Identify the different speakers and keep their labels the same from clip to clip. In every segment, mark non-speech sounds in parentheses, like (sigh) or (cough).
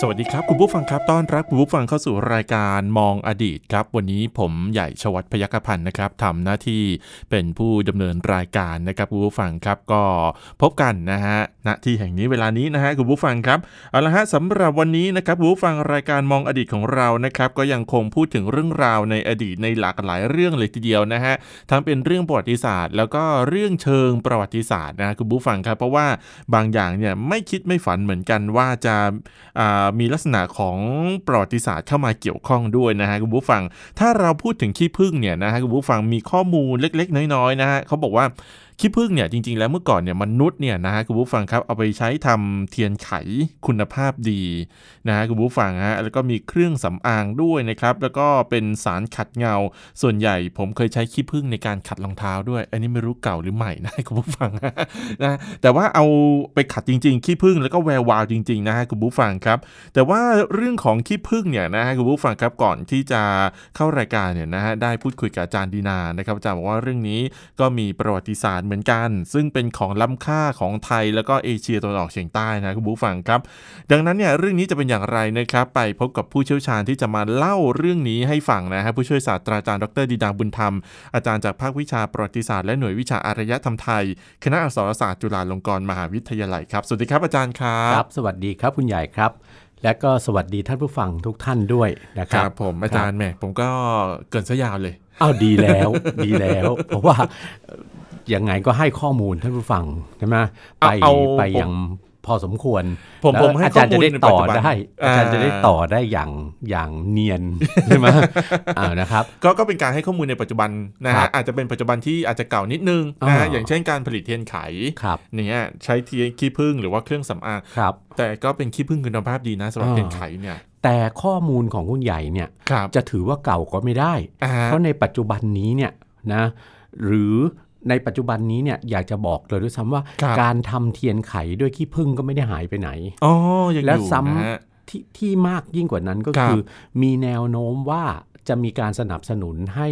Speaker 1: สวัสดีครับ คุณผู้ฟังครับต้อนรับคุณผู้ฟังเข้าสู่รายการมองอดีตครับ วันนี้ผมใหญ่ชวัฒน์พยัคฆพันธ์นะครับทำหน้าที่เป็นผู้ดำเนินรายการนะครับคุณผู้ฟังครับก็พบกันนะฮะณที่แห่งนี้เวลานี้นะฮะคุณผู้ฟังครับเอาละฮะสำหรับวันนี้นะครับคุณผู้ฟังรายการมองอดีตของเรานะครับ ก็ยังคงพูดถึงเรื่องราวในอดีตในหลากหลายเรื่องเลยทีเดียวนะฮะทั้งเป็นเรื่องประวัติศาสตร์ แล้วก็เรื่องเชิงประวัติศาสตร์นะฮะคุณผู้ฟังครับ เพราะว่าบางอย่างเนี่ยไม่คิดไม่ฝันเหมือนกันว่าจะ อ่ามีลักษณะของประวัติศาสตร์เข้ามาเกี่ยวข้องด้วยนะฮะคุณผู้ฟัง ถ้าเราพูดถึงขี้ผึ้งเนี่ยนะฮะคุณผู้ฟังมีข้อมูลเล็กๆ น้อยๆนะฮะเขาบอกว่าขี้ผึ้งเนี่ยจริงๆแล้วเมื่อก่อนเนี่ยมนุษย์เนี่ยนะฮะคุณผู้ฟังครับเอาไปใช้ทำเทียนไขคุณภาพดีนะฮะคุณผู้ฟังฮะแล้วก็มีเครื่องสำอางด้วยนะครับแล้วก็เป็นสารขัดเงา ส่วนใหญ่ผมเคยใช้ขี้ผึ้งในการขัดรองเท้าด้วย อันนี้ไม่รู้เก่าหรือใหม่นะ (laughs) คุณผู้ฟังฮะนะแต่ว่าเอาไปขัดจริงๆขี้ผึ้งแล้วก็แวววาวจริงๆนะฮะคุณผู้ฟังครับ แต่ว่าเรื่องของขี้ผึ้งเนี่ยนะฮะคุณผู้ฟังครับก่อนที่จะเข้ารายการเนี่ยนะฮะได้พูดคุยกับอาจารย์ดีนานะครับอาจารย์บอกว่าเรื่องนี้ก็มีประวัติศาสตร์เหมือนกัน ซึ่งเป็นของล้ำค่าของไทยแล้วก็เอเชียตะวันออกเฉียงใต้นะคุณผู้ฟังครับ ดังนั้นเนี่ยเรื่องนี้จะเป็นอย่างไรนะครับไปพบกับผู้เชี่ยวชาญที่จะมาเล่าเรื่องนี้ให้ฟังนะฮะผู้ช่วยศาสตราจารย์ดรดีดาบุญธรรม อาจารย์จากภาควิชาประวัติศาสตร์และหน่วยวิชาอารยธรรมไทย คณะอักษรศาสตร์จุฬาลงกรณ์มหาวิทยาลัยครับสวัสดีครับอาจารย์ครั
Speaker 2: ครับ บสวัสดีครับคุณใหญ่ครับ และก็สวัสดีท่านผู้ฟังทุกท่านด้วยนะค
Speaker 1: ค
Speaker 2: รั
Speaker 1: รั
Speaker 2: บบ
Speaker 1: ผมอาจารย์แหม่ผมก็เกินซะยาวเลย
Speaker 2: อ้าวดีแล้ว ดีแล้ว เพราะว่าเอ่อยังไงก็ให้ข้อมูลท่านผู้ฟังใช่ไหมไป
Speaker 1: เอาเอา
Speaker 2: ไปยังพอสมควร
Speaker 1: ผม
Speaker 2: แล้ว
Speaker 1: ผมให้
Speaker 2: อาจารย์จะได้
Speaker 1: ข้อมูลในปัจ
Speaker 2: ต่อ
Speaker 1: จุบัน
Speaker 2: ได้อาจารย์
Speaker 1: อ่า
Speaker 2: จะได้ต่อได้อย่างอย่างเนียนใช่ไหม
Speaker 1: (laughs)
Speaker 2: อ่านะครับ
Speaker 1: ก็ก็เป็นการให้ข้อมูลในปัจจุบันนะ
Speaker 2: ครั
Speaker 1: ฮะ
Speaker 2: บ
Speaker 1: อาจจะเป็นปัจจุบันที่อาจจะเก่านิดนึง
Speaker 2: อ่า
Speaker 1: นะฮะอย่างเช่นการผลิตเทียนไข
Speaker 2: ครับ
Speaker 1: เนี่ยใช้เทียนขี้ผึ้งหรือว่าเครื่องสำอาง
Speaker 2: ครับ
Speaker 1: แต่ก็เป็นขี้ผึ้งคุณภาพดีนะสำหรับ
Speaker 2: อ่า
Speaker 1: เทียนไขเนี่ย
Speaker 2: แต่ข้อมูลของคุณใหญ่เนี่ย
Speaker 1: ครับ
Speaker 2: จะถือว่าเก่าก็ไม่ได้
Speaker 1: อ่าฮะ
Speaker 2: เพราะในปัจจุบันนี้เนี่ยนะหรือในปัจจุบันนี้เนี่ยอยากจะบอกเลยด้วยซ้ำว่า
Speaker 1: ครับ
Speaker 2: การทำเทียนไขด้วยขี้ผึ้งก็ไม่ได้หายไปไหน
Speaker 1: อ๋อยังอ
Speaker 2: แล้ว
Speaker 1: ยู่
Speaker 2: ซ้ำ
Speaker 1: นะฮะ
Speaker 2: ที่ที่มากยิ่งกว่านั้นก็
Speaker 1: ครับ
Speaker 2: คือ มีแนวโน้มว่าจะมีการสนับสนุนให้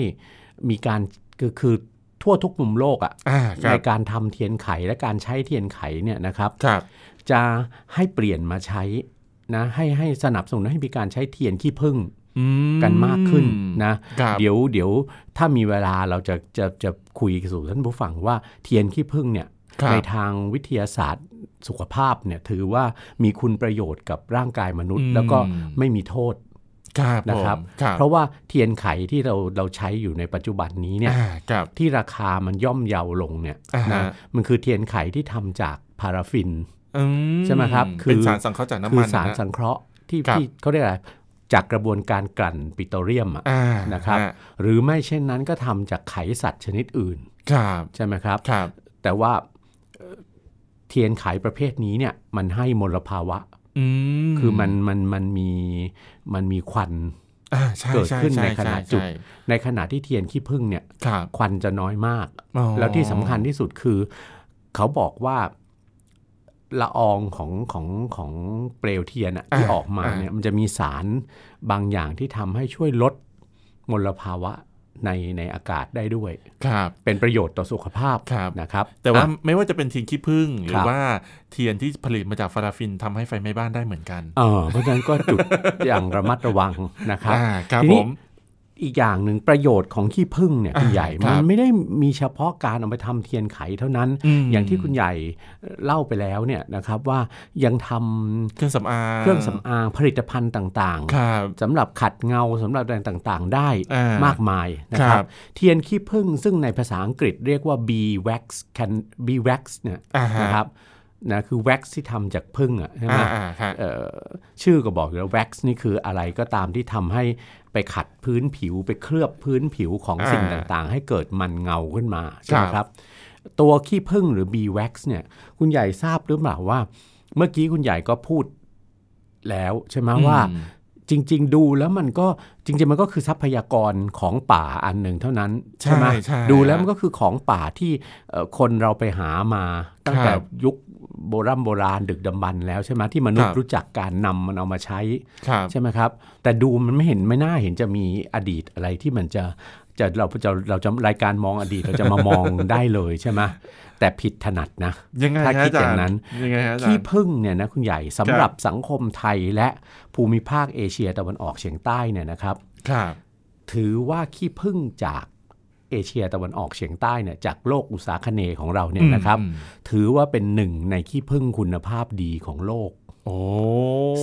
Speaker 2: มีการคือคือทั่วทุกมุมโลกอะ
Speaker 1: อ่าครั
Speaker 2: ใน
Speaker 1: บ
Speaker 2: การทำเทียนไขและการใช้เทียนไขเนี่ยนะครับ
Speaker 1: ครับ
Speaker 2: จะให้เปลี่ยนมาใช้นะให้ให้สนับสนุนให้มีการใช้เทียนขี้ผึ้ง
Speaker 1: อื
Speaker 2: กันมากขึ้นนะ
Speaker 1: ครับ
Speaker 2: เดี๋ยวเดี๋ยวถ้ามีเวลาเราจะจะจะคุยสู่ท่านผู้ฟังว่าเทียนขี้ผึ้งเนี่ย
Speaker 1: ครับ
Speaker 2: ในทางวิทยาศาสตร์สุขภาพเนี่ยถือว่ามีคุณประโยชน์กับร่างกายมนุษย์ แล้วก็ไม่มีโทษ
Speaker 1: ครับผม
Speaker 2: นะครับ
Speaker 1: ครับ
Speaker 2: เพราะว่าเทียนไขที่เราเราใช้อยู่ในปัจจุบันนี้เนี่ย
Speaker 1: อ่าครับ
Speaker 2: ที่ราคามันย่อมเยาลงเนี่ย
Speaker 1: อ่าฮะ
Speaker 2: นะมันคือเทียนไขที่ทำจากพาราฟิน
Speaker 1: อื
Speaker 2: ใช่ไหมครับคือ
Speaker 1: เป็นสารสังเคราะห์จากน้ำ
Speaker 2: คื
Speaker 1: มั
Speaker 2: อน สาร
Speaker 1: นะฮะ
Speaker 2: สังเคราะห์ที่
Speaker 1: ครับ
Speaker 2: ที่เขาเรียกอะไรจากกระบวนการกลั่นปิโตรเลียมอะ
Speaker 1: อ่า
Speaker 2: นะครับ
Speaker 1: ฮ
Speaker 2: หรือไม่เช่นนั้นก็ทำจากไขสัตว์ชนิดอื่น
Speaker 1: ครับ
Speaker 2: ใช่ไหมครับ
Speaker 1: ครับ
Speaker 2: แต่ว่าเอ่อเทียนขายประเภทนี้เนี่ยมันให้มลภาวะ
Speaker 1: อืม
Speaker 2: คือมันมันมันมีมันมีควัน
Speaker 1: อ่าใช่
Speaker 2: เกิด
Speaker 1: ช่
Speaker 2: ขึ้นใน
Speaker 1: ช่
Speaker 2: ขณะ
Speaker 1: ช่
Speaker 2: จุด
Speaker 1: ใช่
Speaker 2: ในขณะที่เทียนขี้ผึ้งเนี่ย
Speaker 1: ครับ
Speaker 2: ควันจะน้อยมาก
Speaker 1: อ๋อ
Speaker 2: แล้วที่สำคัญที่สุดคือ เขาบอกว่าละอองของของของเปลวเทียนอะที่
Speaker 1: อ่า
Speaker 2: ออกมา
Speaker 1: อ่า
Speaker 2: เนี่ยมันจะมีสารบางอย่างที่ทำให้ช่วยลดมลภาวะในในอากาศได้ด้วย
Speaker 1: ครับ
Speaker 2: เป็นประโยชน์ต่อสุขภาพ
Speaker 1: ครับ
Speaker 2: นะครับ
Speaker 1: แต่ว่า
Speaker 2: อ่ะ
Speaker 1: ไม่ว่าจะเป็นเทียนขี้ผึ้งหรื
Speaker 2: ค
Speaker 1: อ
Speaker 2: รับ
Speaker 1: ว่าเทียนที่ผลิตมาจากฟาราฟินทำให้ไฟไหม้บ้านได้เหมือนกัน
Speaker 2: เออเพราะฉะนั้นก็จุด (laughs) อย่างระมัดระวังนะครับ
Speaker 1: อ่าครับ
Speaker 2: ที
Speaker 1: ผ
Speaker 2: นี้
Speaker 1: ม
Speaker 2: อีกอย่างหนึ่งประโยชน์ของขี้ผึ้งเนี่ยคุณใหญ่
Speaker 1: ครั
Speaker 2: มั
Speaker 1: บ
Speaker 2: นไม่ได้มีเฉพาะการเอาไปทำเทียนไขเท่านั้น
Speaker 1: ม
Speaker 2: อย่างที่คุณใหญ่เล่าไปแล้วเนี่ยนะครับว่ายังทำ
Speaker 1: เครื่องสำอาง
Speaker 2: เครื่องสำอางผลิตภัณฑ์ต่าง
Speaker 1: ครับ
Speaker 2: ๆสำหรับขัดเงาสำหรับอะไรต่างๆ ได้
Speaker 1: อ่
Speaker 2: มากมายนะครับ
Speaker 1: ครับ
Speaker 2: เทียนขี้ผึ้งซึ่งในภาษาอังกฤษเรียกว่า bee wax can bee wax เนี่ย
Speaker 1: อ่าฮะ
Speaker 2: นะครับนะคือ wax ที่ทำจากผึ้งอ่ะใช่ไหม
Speaker 1: อ่าอ่าฮะ
Speaker 2: เอ่อชื่อก็บอกอยู่แล้ว wax นี่คืออะไรก็ตามที่ทำให้ไปขัดพื้นผิวไปเคลือบพื้นผิวของสิ่งต่างๆ ให้เกิดมันเงาขึ้นมาใช่ไหมครับ ตัวขี้ผึ้งหรือ bee wax เนี่ยคุณใหญ่ทราบหรือเปล่าว่า เมื่อกี้คุณใหญ่ก็พูดแล้วใช่ไหมว่า
Speaker 1: อืม
Speaker 2: จ จริง ๆ ดูแล้วมันก็จริง ๆ มันก็คือทรัพยากรของป่าอันหนึ่งเท่านั้น
Speaker 1: ใช่
Speaker 2: ไหม
Speaker 1: ใช่
Speaker 2: ดูแล้วมันก็คือของป่าที่เอ่อคนเราไปหามาตั้ง
Speaker 1: ค
Speaker 2: แต่
Speaker 1: รับ
Speaker 2: ยุคโบราณโบราณดึกดำบรรพ์แล้วใช่ไหมที่มนุษ
Speaker 1: ครั
Speaker 2: ย์
Speaker 1: บ
Speaker 2: รู้จักการนำมันเอามาใช้
Speaker 1: ครับ
Speaker 2: ใช่ไหมครับ แต่ดูมันไม่เห็นไม่น่าเห็นจะมีอดีตอะไรที่มันจะจะเราจะเราจะรายการมองอดีตเราจะมามอง ได้เลยใช่ไหมแต่ผิดถนัดนะ
Speaker 1: ยังไง
Speaker 2: ถ้า
Speaker 1: ฮะ
Speaker 2: คิด
Speaker 1: อาจาร
Speaker 2: อย่าง
Speaker 1: ย์
Speaker 2: นั้น
Speaker 1: ยังไงฮะอาจาร
Speaker 2: ที่
Speaker 1: ย์
Speaker 2: พึ่งเนี่ยนะคุณใหญ่สำหรับสังคมไทยและภูมิภาคเอเชียตะวันออกเฉียงใต้เนี่ยนะครับ
Speaker 1: ครับ
Speaker 2: ถือว่าขี้พึ่งจากเอเชียตะวันออกเฉียงใต้เนี่ยจากโลกอุตสาคเนย์ของเราเนี่ยนะครับ
Speaker 1: อืม
Speaker 2: ถือว่าเป็นหนึ่งในขี้พึ่งคุณภาพดีของโลก
Speaker 1: โอ้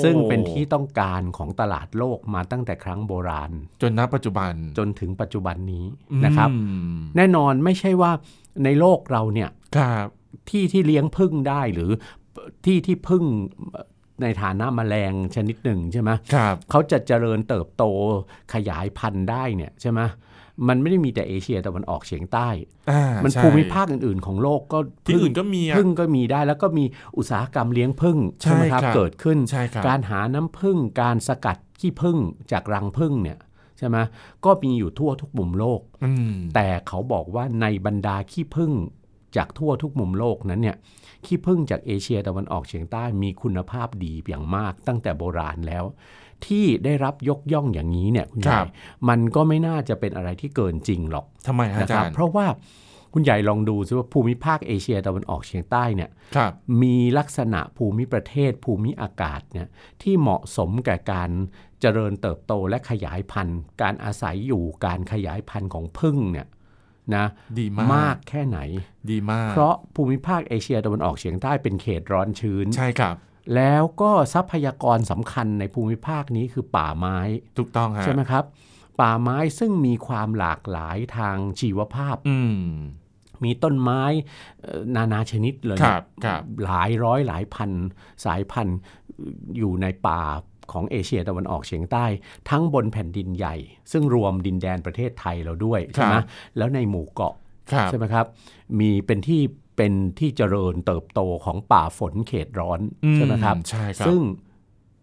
Speaker 2: ซึ่งเป็นที่ต้องการของตลาดโลกมาตั้งแต่ครั้งโบราณ
Speaker 1: จนณปัจจุบัน
Speaker 2: จนถึงปัจจุบันนี้นะครับ
Speaker 1: อืม
Speaker 2: แน่นอนไม่ใช่ว่าในโลกเราเนี่ย
Speaker 1: ครับ
Speaker 2: ที่ที่เลี้ยงพึ่งได้หรือที่ที่พึ่งในฐานะแมลงชนิดหนึ่งใช่ไหม
Speaker 1: ครับ
Speaker 2: เขาจะเจริญเติบโตขยายพันธุ์ได้เนี่ยใช่ไหมมันไม่ได้มีแต่เอเชียตะวันออกเฉียงใต้
Speaker 1: อ่า
Speaker 2: มัน
Speaker 1: ใช่
Speaker 2: ภูมิภาคอื่น ๆ ของโลกก็
Speaker 1: ที่
Speaker 2: พึ่ง
Speaker 1: อื่นก็มีอะ
Speaker 2: พึ่งก็มีได้แล้วก็มีอุตสาหกรรมเลี้ยงพึ่ง
Speaker 1: ใช่
Speaker 2: ใช่ไหมครับ
Speaker 1: ครับ
Speaker 2: เกิดขึ้น
Speaker 1: ใช่ครับ
Speaker 2: การหาน้ำผึ้งการสกัดขี้ผึ้งจากรังผึ้งเนี่ยใช่ไหมก็มีอยู่ทั่วทุกมุมโลก
Speaker 1: อืม
Speaker 2: แต่เขาบอกว่าในบรรดาขี้ผึ้งจากทั่วทุกมุมโลกนั้นเนี่ยขี้ผึ้งจากเอเชียตะวันออกเฉียงใต้มีคุณภาพดีอย่างมากตั้งแต่โบราณแล้ว ที่ได้รับยกย่องอย่างนี้เนี่ยคุณให
Speaker 1: ครั
Speaker 2: ญ่
Speaker 1: บ
Speaker 2: มันก็ไม่น่าจะเป็นอะไรที่เกินจริงหรอก
Speaker 1: ทำไมฮะ
Speaker 2: นะ
Speaker 1: อา
Speaker 2: ค
Speaker 1: จา
Speaker 2: รับ
Speaker 1: รย์
Speaker 2: เพราะว่าคุณใหญ่ลองดูซิว่าภูมิภาคเอเชียตะวันออกเฉียงใต้เนี่ย
Speaker 1: ครับ
Speaker 2: มีลักษณะภูมิประเทศภูมิอากาศเนี่ยที่เหมาะสมแก่การเจริญเติบโตและขยายพันธุ์ การอาศัยอยู่การขยายพันธุ์ของผึ้งเนี่ยนะ
Speaker 1: ดีมาก
Speaker 2: มากแค่ไหน
Speaker 1: ดีมาก
Speaker 2: เพราะภูมิภาคเอเชียตะวันออกเฉียงใต้เป็นเขตร้อนชื้น
Speaker 1: ใช่ครับ
Speaker 2: แล้วก็ทรัพยากรสำคัญในภูมิภาคนี้คือป่าไม้
Speaker 1: ถูกต้องฮะ
Speaker 2: ใช่ไหมครับ ป่าไม้ซึ่งมีความหลากหลายทางชีวภาพ
Speaker 1: อืม
Speaker 2: มีต้นไม้เอ่อนานาชนิดเลย
Speaker 1: ค
Speaker 2: เนี่
Speaker 1: รั
Speaker 2: ย
Speaker 1: บ ครับ
Speaker 2: หลายร้อยหลายพันสายพันธุ์อยู่ในป่าของเอเชียตะวันออกเฉียงใต้ ทั้งบนแผ่นดินใหญ่ ซึ่งรวมดินแดนประเทศไทยเราด้วย
Speaker 1: ครับ
Speaker 2: ใช่ไหมแล้วในหมู่เกาะ
Speaker 1: ครับ
Speaker 2: ใช่ไหมครับ มีเป็นที่เป็นที่เจริญเติบโตของป่าฝนเขตร้อน
Speaker 1: อื
Speaker 2: ใช่ไหมครับ
Speaker 1: ใช่ครับ
Speaker 2: ซึ่ง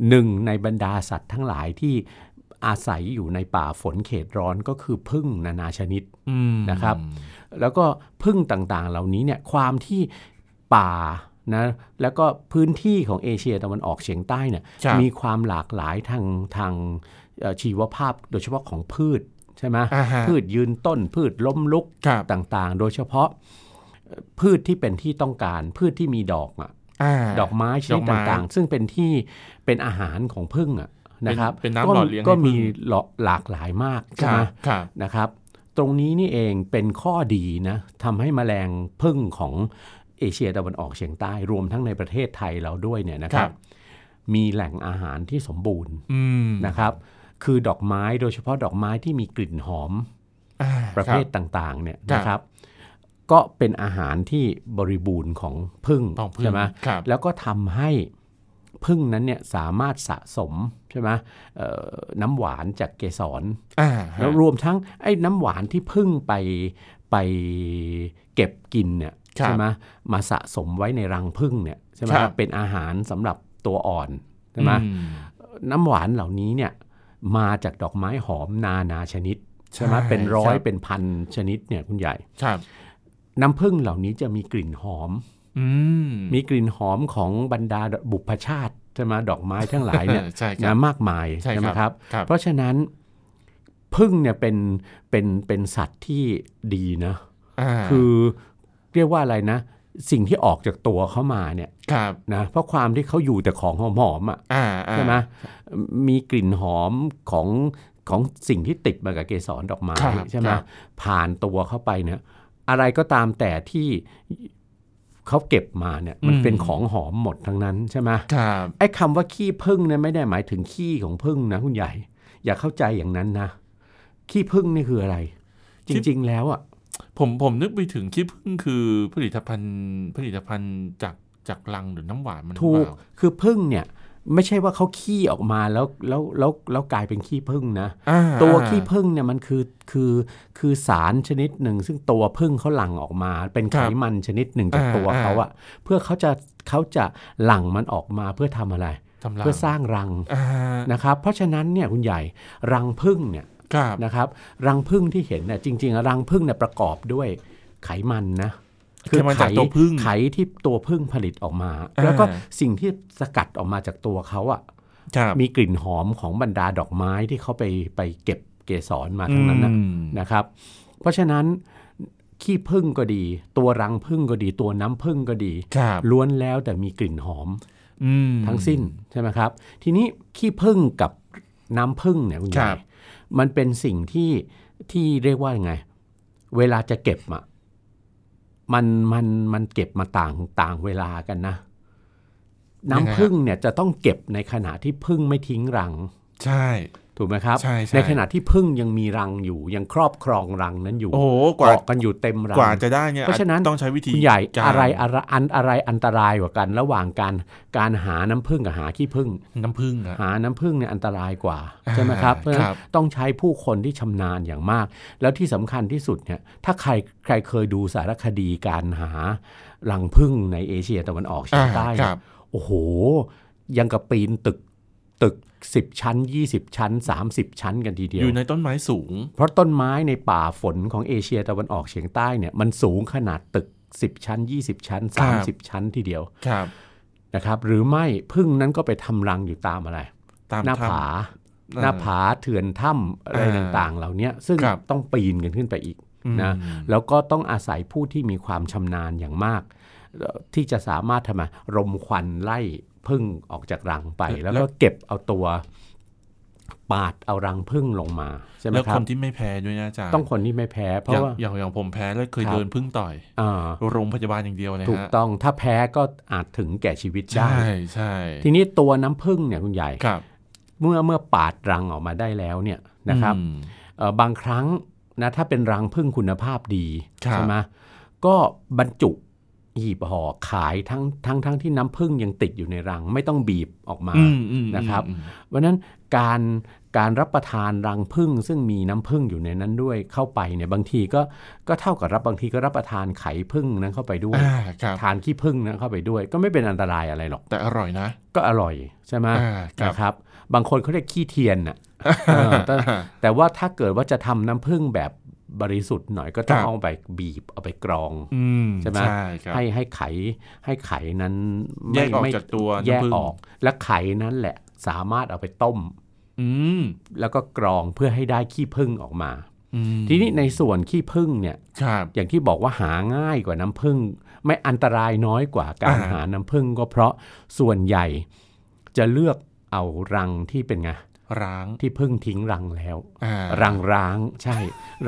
Speaker 2: หนึ่งในบรรดาสัตว์ทั้งหลายที่อาศัยอยู่ในป่าฝนเขตร้อนก็คือพึ่งนานาชนิด
Speaker 1: อืม
Speaker 2: นะครับ แล้วก็พึ่งต่างๆ เหล่านี้เนี่ยความที่ป่านะแล้วก็พื้นที่ของเอเชียตะวันออกเฉียงใต้เนี่ย
Speaker 1: ครับ
Speaker 2: มีความหลากหลายทางทางเอ่อชีวภาพโดยเฉพาะของพืชใช่ไหม
Speaker 1: อ่าฮะ
Speaker 2: พืชยืนต้นพืชล้มลุก
Speaker 1: ครับ
Speaker 2: ต่างๆ โดยเฉพาะเอ่อพืชที่เป็นที่ต้องการพืชที่มีดอกอะ
Speaker 1: า
Speaker 2: ดอกไม้ชนิด
Speaker 1: ดอกไม้
Speaker 2: ต่างๆ ซึ่งเป็นที่เป็นอาหารของพึ่งอะนะครับ
Speaker 1: เป็นเป็นน้ำหล่อเลี้ยงให้
Speaker 2: ก็
Speaker 1: ผึ้
Speaker 2: มี
Speaker 1: ง
Speaker 2: หลอกหลากหลายมาก
Speaker 1: ค
Speaker 2: ใช่ไห
Speaker 1: รั
Speaker 2: ม
Speaker 1: บครับ
Speaker 2: นะครับตรงนี้นี่เองเป็นข้อดีนะทำให้แมลงพึ่งของเอเชียตะวันออกเฉียงใต้รวมทั้งในประเทศไทยเราด้วยเนี่ยนะค
Speaker 1: ค
Speaker 2: รั
Speaker 1: รับ บ
Speaker 2: มีแหล่งอาหารที่สมบูรณ์
Speaker 1: อืม
Speaker 2: นะครับ คือดอกไม้โดยเฉพาะดอกไม้ที่มีกลิ่นหอม
Speaker 1: อ่า
Speaker 2: ประ
Speaker 1: ค
Speaker 2: เภ
Speaker 1: บ
Speaker 2: ทต่างๆเนี่ย
Speaker 1: ครับ
Speaker 2: นะครับ ก็เป็นอาหารที่บริบูรณ์ของพึ่ง
Speaker 1: ต้องพึ่ง
Speaker 2: ใช่ไหม
Speaker 1: ครับ
Speaker 2: แล้วก็ทำให้พึ่งนั้นเนี่ยสามารถสะสมใช่ไหมเอ่อน้ำหวานจากเกสร
Speaker 1: อ่าฮะ
Speaker 2: แล้วรวมทั้งไอ้น้ำหวานที่เพึ่งไปไปเก็บกินเนี่ย
Speaker 1: ครั
Speaker 2: ใช่
Speaker 1: บ
Speaker 2: ไหมมาสะสมไว้ในรังผึ้งเนี่ยใช่ไหม
Speaker 1: ครับ
Speaker 2: เป็นอาหารสำหรับตัวอ่อนใช่ไหม
Speaker 1: อื
Speaker 2: น้ำหวานเหล่านี้เนี่ยมาจากดอกไม้หอมนานาชนิดใช่ไหมเป็นร้อย
Speaker 1: คบ
Speaker 2: เป็นพันชนิดเนี่ยคุณใหญ่
Speaker 1: ครับ
Speaker 2: น้ำผึ้งเหล่านี้จะมีกลิ่นหอม
Speaker 1: อืม
Speaker 2: มีกลิ่นหอมของบรรดาบุพชาติใช่ไหมดอกไม้ทั้งหลายเนี่ย
Speaker 1: ใช่ครั
Speaker 2: นะ
Speaker 1: บ
Speaker 2: มากมาย
Speaker 1: ใช่ครับ
Speaker 2: ไหมครับ
Speaker 1: ครับ
Speaker 2: เพราะฉะนั้นพึ่งเนี่ยเป็นเป็นเป็นสัตว์ที่ดีนะ
Speaker 1: อ่า
Speaker 2: คือเรียกว่าอะไรนะ สิ่งที่ออกจากตัวเขามาเนี่ย
Speaker 1: ครับ
Speaker 2: นะเพราะความที่เขาอยู่แต่ของหอมๆอ่ะ
Speaker 1: อ่าอ่า
Speaker 2: ใช่ไหมมีกลิ่นหอมของของสิ่งที่ติดมากับเกสรดอกไม้
Speaker 1: ครับ
Speaker 2: ใช่ไหม
Speaker 1: ครับ
Speaker 2: ผ่านตัวเข้าไปเนี่ย อะไรก็ตามแต่ที่เขาเก็บมาเนี่ย มันเป็นของหอมหมดทั้งนั้นใช่ไหม
Speaker 1: ครับ
Speaker 2: ไอ้คำว่าขี้พึ่งเนี่ยไม่ได้หมายถึงขี้ของพึ่งนะคุณใหญ่ อย่าเข้าใจอย่างนั้นนะ ขี้พึ่งนี่คืออะไร จริงๆแล้วอ่ะ
Speaker 1: ผมผมนึกไปถึงขี้ผึ้งคือผลิตภัณฑ์ผลิตภัณฑ์จากจากลังหรือน้ำหวานมันหรือ
Speaker 2: ถู
Speaker 1: เป
Speaker 2: ก
Speaker 1: ล่า
Speaker 2: คือพึ่งเนี่ย ไม่ใช่ว่าเขาขี้ออกมาแล้วแล้วแล้วแล้วกลายเป็นขี้พึ่งนะ
Speaker 1: อ่า
Speaker 2: ตัวขี้พึ่งเนี่ยมันคือคือคือสารชนิดหนึ่ง ซึ่งตัวพึ่งเขาหลั่งออกมา เป็นไขมันชนิดหนึ่งจากตัวเขาอ่ะเพื่อเขาจะเขาจะหลั่งมันออกมาเพื่อทำอะไร
Speaker 1: ทำรัง
Speaker 2: เพื่อสร้างรัง
Speaker 1: อ่า
Speaker 2: นะครับ เพราะฉะนั้นเนี่ยคุณใหญ่รังผึ้งเนี่ย
Speaker 1: ครับ
Speaker 2: นะครับรังผึ้งที่เห็นเนี่ยจริงๆอะรังผึ้งเนี่ยประกอบด้วยไขมันนะ
Speaker 1: ไขมันจากตัวผึ้ง
Speaker 2: ไขที่ตัวผึ้งผลิตออกมา
Speaker 1: อ่า
Speaker 2: แล้วก็สิ่งที่สกัดออกมาจากตัวเขาอ่ะ
Speaker 1: ครับ
Speaker 2: มีกลิ่นหอมของบรรดาดอกไม้ที่เขาไปไปเก็บเกสรมาทั้งนั้นนะ
Speaker 1: อืม
Speaker 2: นะครับ เพราะฉะนั้นขี้ผึ้งก็ดี ตัวรังผึ้งก็ดี ตัวน้ำผึ้งก็ดี
Speaker 1: ครับ
Speaker 2: ล้วนแล้วแต่มีกลิ่นหอม
Speaker 1: อืม
Speaker 2: ทั้งสิ้นใช่ไหมครับ ทีนี้ขี้ผึ้งกับน้ำผึ้งเนี่ยคุณ
Speaker 1: ครั
Speaker 2: ยา
Speaker 1: บ
Speaker 2: ยมันเป็นสิ่งที่ที่เรียกว่าไง เวลาจะเก็บอะมันมันมันเก็บมาต่างต่างเวลากันนะ น้ำผึ้งเนี่ยจะต้องเก็บในขณะที่ผึ้งไม่ทิ้งรัง
Speaker 1: ใช่
Speaker 2: ถูกไหมครับ
Speaker 1: ใช่ใช่
Speaker 2: ขณะที่พึ่งยังมีรังอยู่ยังครอบครองรังนั้นอยู่
Speaker 1: โอ้โหกว่า
Speaker 2: เกาะกันอยู่เต็มรัง
Speaker 1: กว่าจะได้เนี่ย
Speaker 2: เพราะฉะนั้น
Speaker 1: ต้องใช้วิธี
Speaker 2: คุณใหญ่
Speaker 1: การ
Speaker 2: อะไรอะไรอันอะไรอันตรายกว่ากัน ระหว่างการการหาน้ำผึ้งกับหาขี้ผึ้ง
Speaker 1: น้ำผึ้งอะ
Speaker 2: หาน้ำผึ้งเนี่ยอันตรายกว่า
Speaker 1: อ่า
Speaker 2: ใช่ไหมครับเพราะฉะนั้
Speaker 1: ครั
Speaker 2: น
Speaker 1: บ
Speaker 2: ต้องใช้ผู้คนที่ชำนาญอย่างมาก แล้วที่สำคัญที่สุดเนี่ยถ้าใครใครเคยดูสารคดีการหารังผึ้งในเอเชียตะวันออกเฉียงใต้
Speaker 1: อ่า
Speaker 2: เนี่ย
Speaker 1: ครับ
Speaker 2: โอ้โห ยังกับปีนตึกตึก 10 ชั้น 20 ชั้น 30 ชั้นกันทีเดีย
Speaker 1: อ
Speaker 2: ว
Speaker 1: ยู่ในต้นไม้สูง
Speaker 2: เพราะต้นไม้ในป่าฝนของเอเชียตะวันออกเฉียงใต้เนี่ยมันสูงขนาดตึก 10 ชั้น 20 ชั้น
Speaker 1: ครับ
Speaker 2: 30 ชั้นทีเดียว
Speaker 1: ครับ
Speaker 2: นะครับหรือไม่พึ่งนั้นก็ไปทำรังอยู่ตามอะไร
Speaker 1: ตาม
Speaker 2: หน้า
Speaker 1: ถ้ำ
Speaker 2: ผา
Speaker 1: อ่า
Speaker 2: หน้าผาเถื่อนถ้ำอะไร
Speaker 1: อ่า
Speaker 2: ต่างๆ เหล่าเนี้ยซึ่ง
Speaker 1: ครับ
Speaker 2: ต้องปีนกันขึ้นไปอีก
Speaker 1: อืม
Speaker 2: นะ แล้วก็ต้องอาศัยผู้ที่มีความชำนาญอย่างมากเอ่อที่จะสามารถทำไมรมควันไล่พึ่งออกจากรังไป แล้วก็เก็บเอาตัวปาดเอารังพึ่งลงมาใช่ไหม
Speaker 1: แล้ว
Speaker 2: ครั
Speaker 1: ค
Speaker 2: บ
Speaker 1: นที่ไม่แพ้ด้วยนะอาจารย์
Speaker 2: ต้องคนที่ไม่แพ้เพ
Speaker 1: อย่าง
Speaker 2: ราะว่า
Speaker 1: อย่างอย่างผมแพ้แล้วเคย
Speaker 2: ครับ
Speaker 1: โดนพึ่งต่อย
Speaker 2: อ่า
Speaker 1: โรงพยาบาลอย่างเดียวเลย
Speaker 2: ถูก
Speaker 1: ฮะ
Speaker 2: ต้องถ้าแพ้ก็อาจถึงแก่ชีวิตได้
Speaker 1: ใช่ใช่
Speaker 2: ทีนี้ตัวน้ำพึ่งเนี่ยคุณใหญ่
Speaker 1: ครับ
Speaker 2: เมื่อเมื่อปาดรังออกมาได้แล้วเนี่ยนะครับ
Speaker 1: อืม
Speaker 2: เอ่อบางครั้งนะถ้าเป็นรังพึ่งคุณภาพดี
Speaker 1: ครับ
Speaker 2: ใช่ไหมก็บรรจุหีบห่อขายทั้งทั้งทั้งที่น้ำพึ่งยังติดอยู่ในรัง ไม่ต้องบีบออกมา
Speaker 1: อืมอืม
Speaker 2: นะครับ
Speaker 1: อืม
Speaker 2: เพราะฉะนั้นการการรับประทานรังพึ่งซึ่งมีน้ำพึ่งอยู่ในนั้นด้วยเข้าไปเนี่ยบางทีก็ก็เท่ากับรับบางทีก็รับประทานไข่พึ่งนั้นเข้าไปด้วย
Speaker 1: อ่าครับ
Speaker 2: ทานขี้พึ่งนั้นเข้าไปด้วย ก็ไม่เป็นอันตรายอะไรหรอก
Speaker 1: แต่อร่อยนะ
Speaker 2: ก็อร่อยใช่ไหม
Speaker 1: อ่าครับ
Speaker 2: นะครับ บางคนเขาเรียกขี้เทียน
Speaker 1: (laughs)
Speaker 2: น่ะเออแต่แต่ว่าถ้าเกิดว่าจะทำน้ำผึ้งแบบบริสุทธิ์หน่อยก็ต้องเอาไปบีบเอาไปกรอง
Speaker 1: อืม
Speaker 2: ใช่ไหม
Speaker 1: ใช่ครับ
Speaker 2: ให้ให้ไขให้ไขนั้น
Speaker 1: แย
Speaker 2: ไม่
Speaker 1: กออก
Speaker 2: ไม่
Speaker 1: จากตัว
Speaker 2: แย
Speaker 1: น้ำ
Speaker 2: ก
Speaker 1: ผึ้ง
Speaker 2: ออก และไขนั้นแหละสามารถเอาไปต้ม
Speaker 1: อืม
Speaker 2: แล้วก็กรองเพื่อให้ได้ขี้ผึ้งออกมา
Speaker 1: อืม
Speaker 2: ทีนี้ในส่วนขี้ผึ้งเนี่ย
Speaker 1: ครับ
Speaker 2: อย่างที่บอกว่าหาง่ายกว่าน้ำผึ้งไม่อันตรายน้อยกว่าการ
Speaker 1: อ่า
Speaker 2: หาน้ำผึ้งก็เพราะส่วนใหญ่จะเลือกเอารังที่เป็นไง
Speaker 1: ร้าง
Speaker 2: ที่ผึ้งทิ้งรังแล้ว
Speaker 1: อ่า
Speaker 2: รังร้างใช่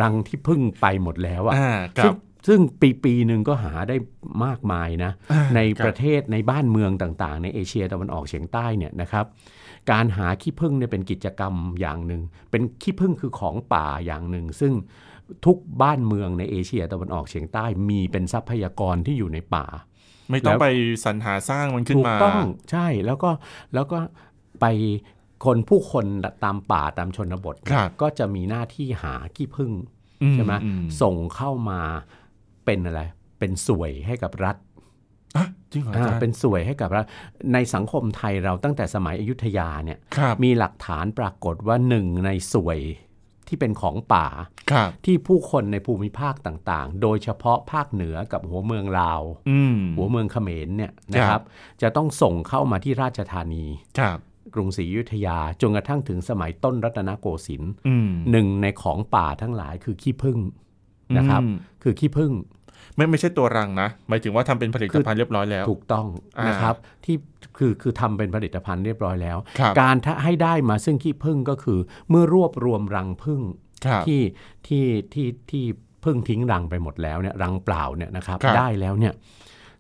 Speaker 2: รังที่พึ่งไปหมดแล้วอะ
Speaker 1: อ่าค
Speaker 2: ซึ่
Speaker 1: รั
Speaker 2: ง
Speaker 1: บ
Speaker 2: ซึ่งปีปีหนึ่งก็หาได้มากมายนะ
Speaker 1: อ่า
Speaker 2: ใน
Speaker 1: ครับ
Speaker 2: ประเทศในบ้านเมืองต่างๆ ในเอเชียตะวันออกเฉียงใต้เนี่ยนะครับ การหาขี้ผึ้งเนี่ยเป็นกิจกรรมอย่างหนึ่ง เป็นขี้ผึ้งคือของป่าอย่างหนึ่ง ซึ่งทุกบ้านเมืองในเอเชียตะวันออกเฉียงใต้มีเป็นทรัพยากรที่อยู่ในป่า
Speaker 1: ไม่ต้อง
Speaker 2: แล้ว
Speaker 1: ไปสรรหาสร้างมันขึ้น
Speaker 2: ถูก
Speaker 1: มา
Speaker 2: ต้องใช่แล้วก็แล้วก็ไปคนผู้คนตามป่าตามชนบทเนี่ย
Speaker 1: ครับ
Speaker 2: ก็จะมีหน้าที่หาขี้ผึ้ง
Speaker 1: อื
Speaker 2: ใช่ไหม
Speaker 1: อื
Speaker 2: ส่งเข้ามาเป็นอะไร เป็นสวยให้กับรัฐ
Speaker 1: อ่ะจริงเหรออาจาร
Speaker 2: อ่า
Speaker 1: ย์
Speaker 2: เป็นสวยให้กับรัฐ ในสังคมไทยเราตั้งแต่สมัยอยุธยาเนี่ย
Speaker 1: ครับ
Speaker 2: มีหลักฐานปรากฏว่าหนึ่งในสวยที่เป็นของป่า
Speaker 1: ครับ
Speaker 2: ที่ผู้คนในภูมิภาคต่างๆ โดยเฉพาะภาคเหนือกับหัวเมืองลาว
Speaker 1: อืม
Speaker 2: หัวเมืองเขมรเนี่ย
Speaker 1: ครั
Speaker 2: นะ
Speaker 1: บ
Speaker 2: ครับ จะต้องส่งเข้ามาที่ราชธานี
Speaker 1: ครับ
Speaker 2: กรุงศรีอยุธยาจนกระทั่งถึงสมัยต้นรัตนโกสินทร์
Speaker 1: อืม
Speaker 2: หนึ่งในของป่าทั้งหลายคือขี้ผึ้งนะครับ
Speaker 1: อืม
Speaker 2: คือขี้ผึ้ง
Speaker 1: ไม่ไม่ใช่ตัวรังนะหมายถึงว่าทำเป็นผลิต
Speaker 2: คือ
Speaker 1: ภัณฑ์เรียบร้อยแล้ว
Speaker 2: ถูกต้อง
Speaker 1: อ่าน
Speaker 2: นะครับที่คือคือทำเป็นผลิตภัณฑ์เรียบร้อยแล้ว
Speaker 1: ครับ
Speaker 2: การถ้าให้ได้มาซึ่งขี้ผึ้งก็คือ เมื่อรวบรวมรังผึ้ง
Speaker 1: ครับ
Speaker 2: ที่ที่ที่ที่ผึ้งทิ้งรังไปหมดแล้วเนี่ยรังเปล่าเนี่ยนะครับ
Speaker 1: ครับ
Speaker 2: ได้แล้วเนี่ย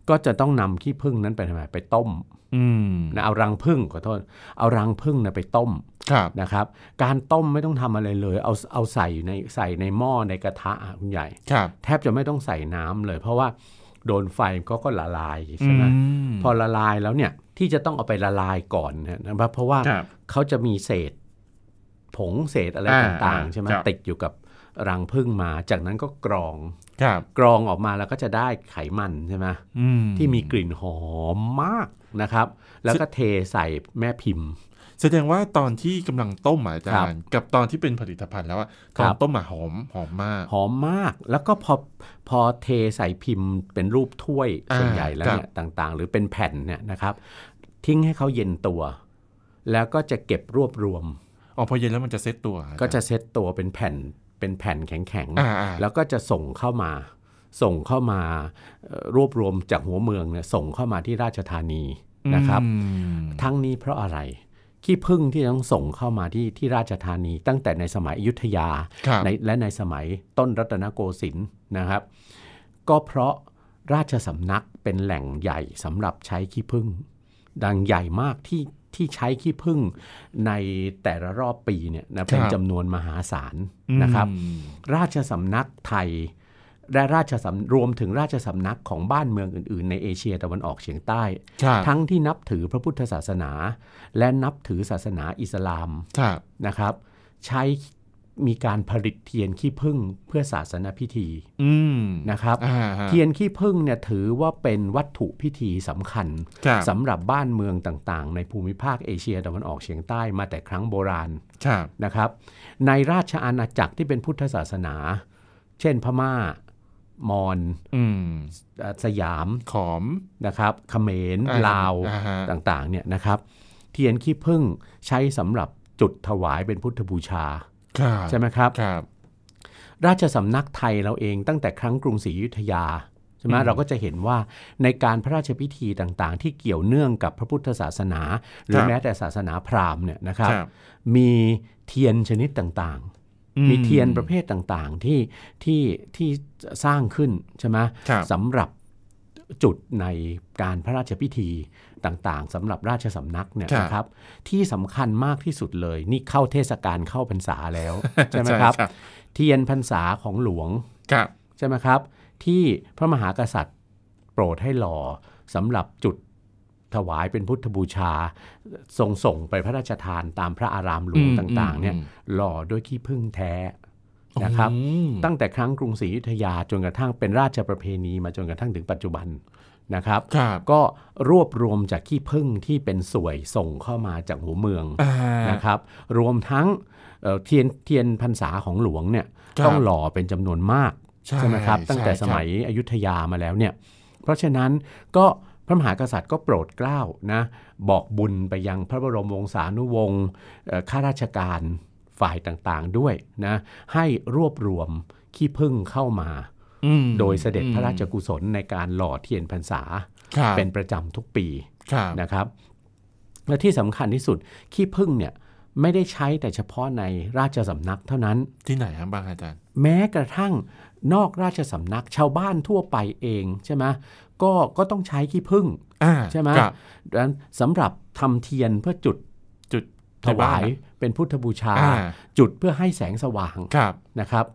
Speaker 2: ก็จะต้องนำขี้ผึ้งนั้นไปทำไมไปต้ม
Speaker 1: อืม
Speaker 2: นะเอารังผึ้งขอโทษเอารังผึ้งนะไปต้ม
Speaker 1: ครับ
Speaker 2: นะครับ การต้มไม่ต้องทำอะไรเลย เอาเอาใส่ในใส่ในหม้อในกระทะอ่ะคุณใหญ่
Speaker 1: ครับ
Speaker 2: แทบจะไม่ต้องใส่น้ำเลย เพราะว่าโดนไฟก็ก็ละลายใช่ไหม
Speaker 1: อืม
Speaker 2: พอละลายแล้วเนี่ยที่จะต้องเอาไปละลายก่อนเนี่ยนะครับเพราะว่า
Speaker 1: ครับ
Speaker 2: เขาจะมีเศษผงเศษอะไร
Speaker 1: อ่า
Speaker 2: ต่าง
Speaker 1: อ่า
Speaker 2: ๆใช่ไหม
Speaker 1: ครับ
Speaker 2: ติดอยู่กับรังผึ้งมา จากนั้นก็กรอง
Speaker 1: ครับ
Speaker 2: กรองออกมาแล้วก็จะได้ไขมันใช่ไหม
Speaker 1: อืม
Speaker 2: ที่มีกลิ่นหอมมาก นะครับ แล้วก็เทใส่แม่พิมพ์
Speaker 1: แสดงว่าตอนที่กำลังต้มอะอาจารย์ กับตอนที่เป็นผลิตภัณฑ์แล้วอะต
Speaker 2: ครั
Speaker 1: อน
Speaker 2: บ
Speaker 1: ต้มอะหอมหอมมาก
Speaker 2: หอมมากแล้วก็พอพอเทใส่พิมพ์เป็นรูปถ้วย
Speaker 1: อ่า
Speaker 2: ส่วนใหญ่แล้วเนี่ยต่างๆ หรือเป็นแผ่นเนี่ยนะครับ ทิ้งให้เขาเย็นตัว แล้วก็จะเก็บรวบรวม
Speaker 1: อ๋อพอเย็นแล้วมันจะเซ็ตตัวอาารย์
Speaker 2: ก็จะเซตตัวเป็นแผ่นเป็นแผ่นแข็ง
Speaker 1: อ่าอ่า
Speaker 2: ๆแล้วก็จะส่งเข้ามา ส่งเข้ามาเอ่อรวบรวมจากหัวเมืองเนี่ยส่งเข้ามาที่ราชธานีนะครับ
Speaker 1: อืม
Speaker 2: ทั้งนี้เพราะอะไรขี้พึ่งที่ต้องส่งเข้ามาที่ที่ราชธานี ตั้งแต่ในสมัยอยุธยา
Speaker 1: ครับ
Speaker 2: ในและในสมัยต้นรัตนโกสินทร์นะครับ ก็เพราะราชสำนักเป็นแหล่งใหญ่สำหรับใช้ขี้ผึ้งดังใหญ่มากที่ที่ใช้ขี้ผึ้งในแต่ละรอบปีเนี่ยนะเป็นจำนวนมหาศาลนะครับ
Speaker 1: อืม
Speaker 2: ราชสำนักไทย และราชสำรวมถึงราชสำนักของบ้านเมืองอื่น ๆ ในเอเชียตะวันออกเฉียงใต้
Speaker 1: ครับ
Speaker 2: ทั้งที่นับถือพระพุทธศาสนา และนับถือศาสนาอิสลาม
Speaker 1: ครับ
Speaker 2: นะครับใช้มีการผลิตเทียนขี้ผึ้งเพื่อศาสนพิธี
Speaker 1: อืม
Speaker 2: นะครับ
Speaker 1: อ่าฮะ
Speaker 2: เทียนขี้ผึ้งเนี่ยถือว่าเป็นวัตถุพิธีสำคัญ
Speaker 1: ครับ
Speaker 2: สำหรับบ้านเมืองต่างๆ ในภูมิภาคเอเชียตะวันออกเฉียงใต้มาแต่ครั้งโบราณ
Speaker 1: ครับ
Speaker 2: นะครับ ในราชอาณาจักรที่เป็นพุทธศาสนา เช่นพม่า มอญ
Speaker 1: อืม
Speaker 2: เอ่อสยาม
Speaker 1: ขอม
Speaker 2: นะครับเขมร
Speaker 1: อ่
Speaker 2: ลาว
Speaker 1: อ่ฮะ
Speaker 2: ต่างๆเนี่ยนะครับ เทียนขี้ผึ้งใช้สำหรับจุดถวายเป็นพุทธบูชา
Speaker 1: ครับ
Speaker 2: ใช่ไหมครับ
Speaker 1: ครับ
Speaker 2: ราชสำนักไทยเราเองตั้งแต่ครั้งกรุงศรีอยุธยาใช่ไหม
Speaker 1: อืม
Speaker 2: เราก็จะเห็นว่าในการพระราชพิธีต่างๆ ที่เกี่ยวเนื่องกับพระพุทธศาสนา หรือแม้แต่ศาสนาพราหมณ์เนี่ยนะครับ
Speaker 1: ครับ
Speaker 2: มีเทียนชนิดต่าง
Speaker 1: อื
Speaker 2: ๆ มีเทียนประเภทต่างๆที่ที่ที่สร้างขึ้นใช่ไหม
Speaker 1: ครับ
Speaker 2: สำหรับจุดในการพระราชพิธีต่างๆสำหรับราชสำนักเนี่ย
Speaker 1: ครับ
Speaker 2: นะครับ ที่สำคัญมากที่สุดเลย นี่เข้าเทศกาลเข้าพรรษา
Speaker 1: (laughs)
Speaker 2: แล้วใช่ไหมครับ เทียนพรรษาของหลวง
Speaker 1: ครับ
Speaker 2: ใช่ไหมครับ ที่พระมหากษัตริย์โปรดให้หล่อสำหรับจุดถวายเป็นพุทธบูชา ทรงส่งไปพระราชทานตามพระอารามหลวง
Speaker 1: อืม
Speaker 2: ต่างๆเนี่ย
Speaker 1: อืม
Speaker 2: หล่อด้วยขี้ผึ้งแท้นะครับ
Speaker 1: อืม
Speaker 2: ตั้งแต่ครั้งกรุงศรีอยุธยาจนกระทั่งเป็นราชประเพณีมาจนกระทั่งถึงปัจจุบันนะครับ
Speaker 1: ครับ
Speaker 2: ก็รวบรวมจากขี้ผึ้งที่เป็นสวยส่งเข้ามาจากหัวเมือง
Speaker 1: อ่า
Speaker 2: นะครับรวมทั้งเอ่อเทียนเทียนพรรษาของหลวงเนี่ย
Speaker 1: ครับ
Speaker 2: ต้องหล่อเป็นจำนวนมาก
Speaker 1: ใช่
Speaker 2: ไหมครับ ตั้งแต่ส
Speaker 1: ใช่ครับ
Speaker 2: มัยอยุธยามาแล้วเนี่ยเพราะฉะนั้นก็พระมหากษัตริย์ก็โปรดเกล้านะบอกบุญไปยังพระบรมวงศานุวงศ์เอ่อข้าราชการฝ่ายต่างๆด้วยนะให้รวบรวมขี้ผึ้งเข้ามา
Speaker 1: อืม
Speaker 2: โดยเสด็จ
Speaker 1: อืม
Speaker 2: พระราชกุศลในการหล่อเทียนพรรษา
Speaker 1: ครับ
Speaker 2: เป็นประจำทุกปี
Speaker 1: ครับ
Speaker 2: นะครับและที่สำคัญที่สุดขี้ผึ้งเนี่ยไม่ได้ใช้แต่เฉพาะในราชสำนักเท่านั้น
Speaker 1: ที่ไหนครับบ้างอาจารย์
Speaker 2: แม้กระทั่งนอกราชสำนักชาวบ้านทั่วไปเองใช่ไหมก็ก็ต้องใช้ขี้ผึ้ง
Speaker 1: อ่า
Speaker 2: ใช่ไหม
Speaker 1: ครับ
Speaker 2: ดังนั้นสำหรับทำเทียนเพื่อจุด
Speaker 1: จุด
Speaker 2: ถวายเป็นพุทธบูชา
Speaker 1: อ่า
Speaker 2: จุดเพื่อให้แสงสว่าง
Speaker 1: ครับ
Speaker 2: นะครับ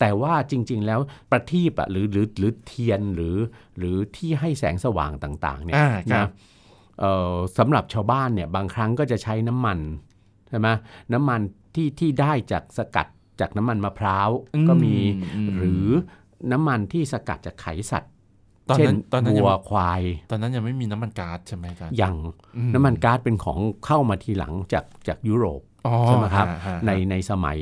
Speaker 2: แต่ว่าจริง ๆ แล้วประทีปอะหรือหรือหรือเทียนหรือหรือที่ให้แสงสว่างต่างๆเนี่ย
Speaker 1: อ่าครั
Speaker 2: นะ
Speaker 1: บ
Speaker 2: เอ่อสำหรับชาวบ้านเนี่ยบางครั้งก็จะใช้น้ำมันใช่ไหมน้ำมันที่ที่ได้จากสกัดจากน้ำมันมะพร้าว
Speaker 1: อืม
Speaker 2: ก็มี
Speaker 1: อืม
Speaker 2: หรือน้ำมันที่สกัดจากไขสัตว์
Speaker 1: ตอน
Speaker 2: เช่น
Speaker 1: นั้นตอนนั้นยัง
Speaker 2: วัว
Speaker 1: ไม่
Speaker 2: ควาย
Speaker 1: ตอนนั้นยังไม่มีน้ำมันก๊าซใช่ไหมอาจารย์
Speaker 2: อย่าง
Speaker 1: อื
Speaker 2: น้ำมันก๊าซเป็นของเข้ามาทีหลังจากจากยุโรป
Speaker 1: อ๋อ
Speaker 2: ใช่ไหมครับ
Speaker 1: ฮะฮะ
Speaker 2: ในในสมัย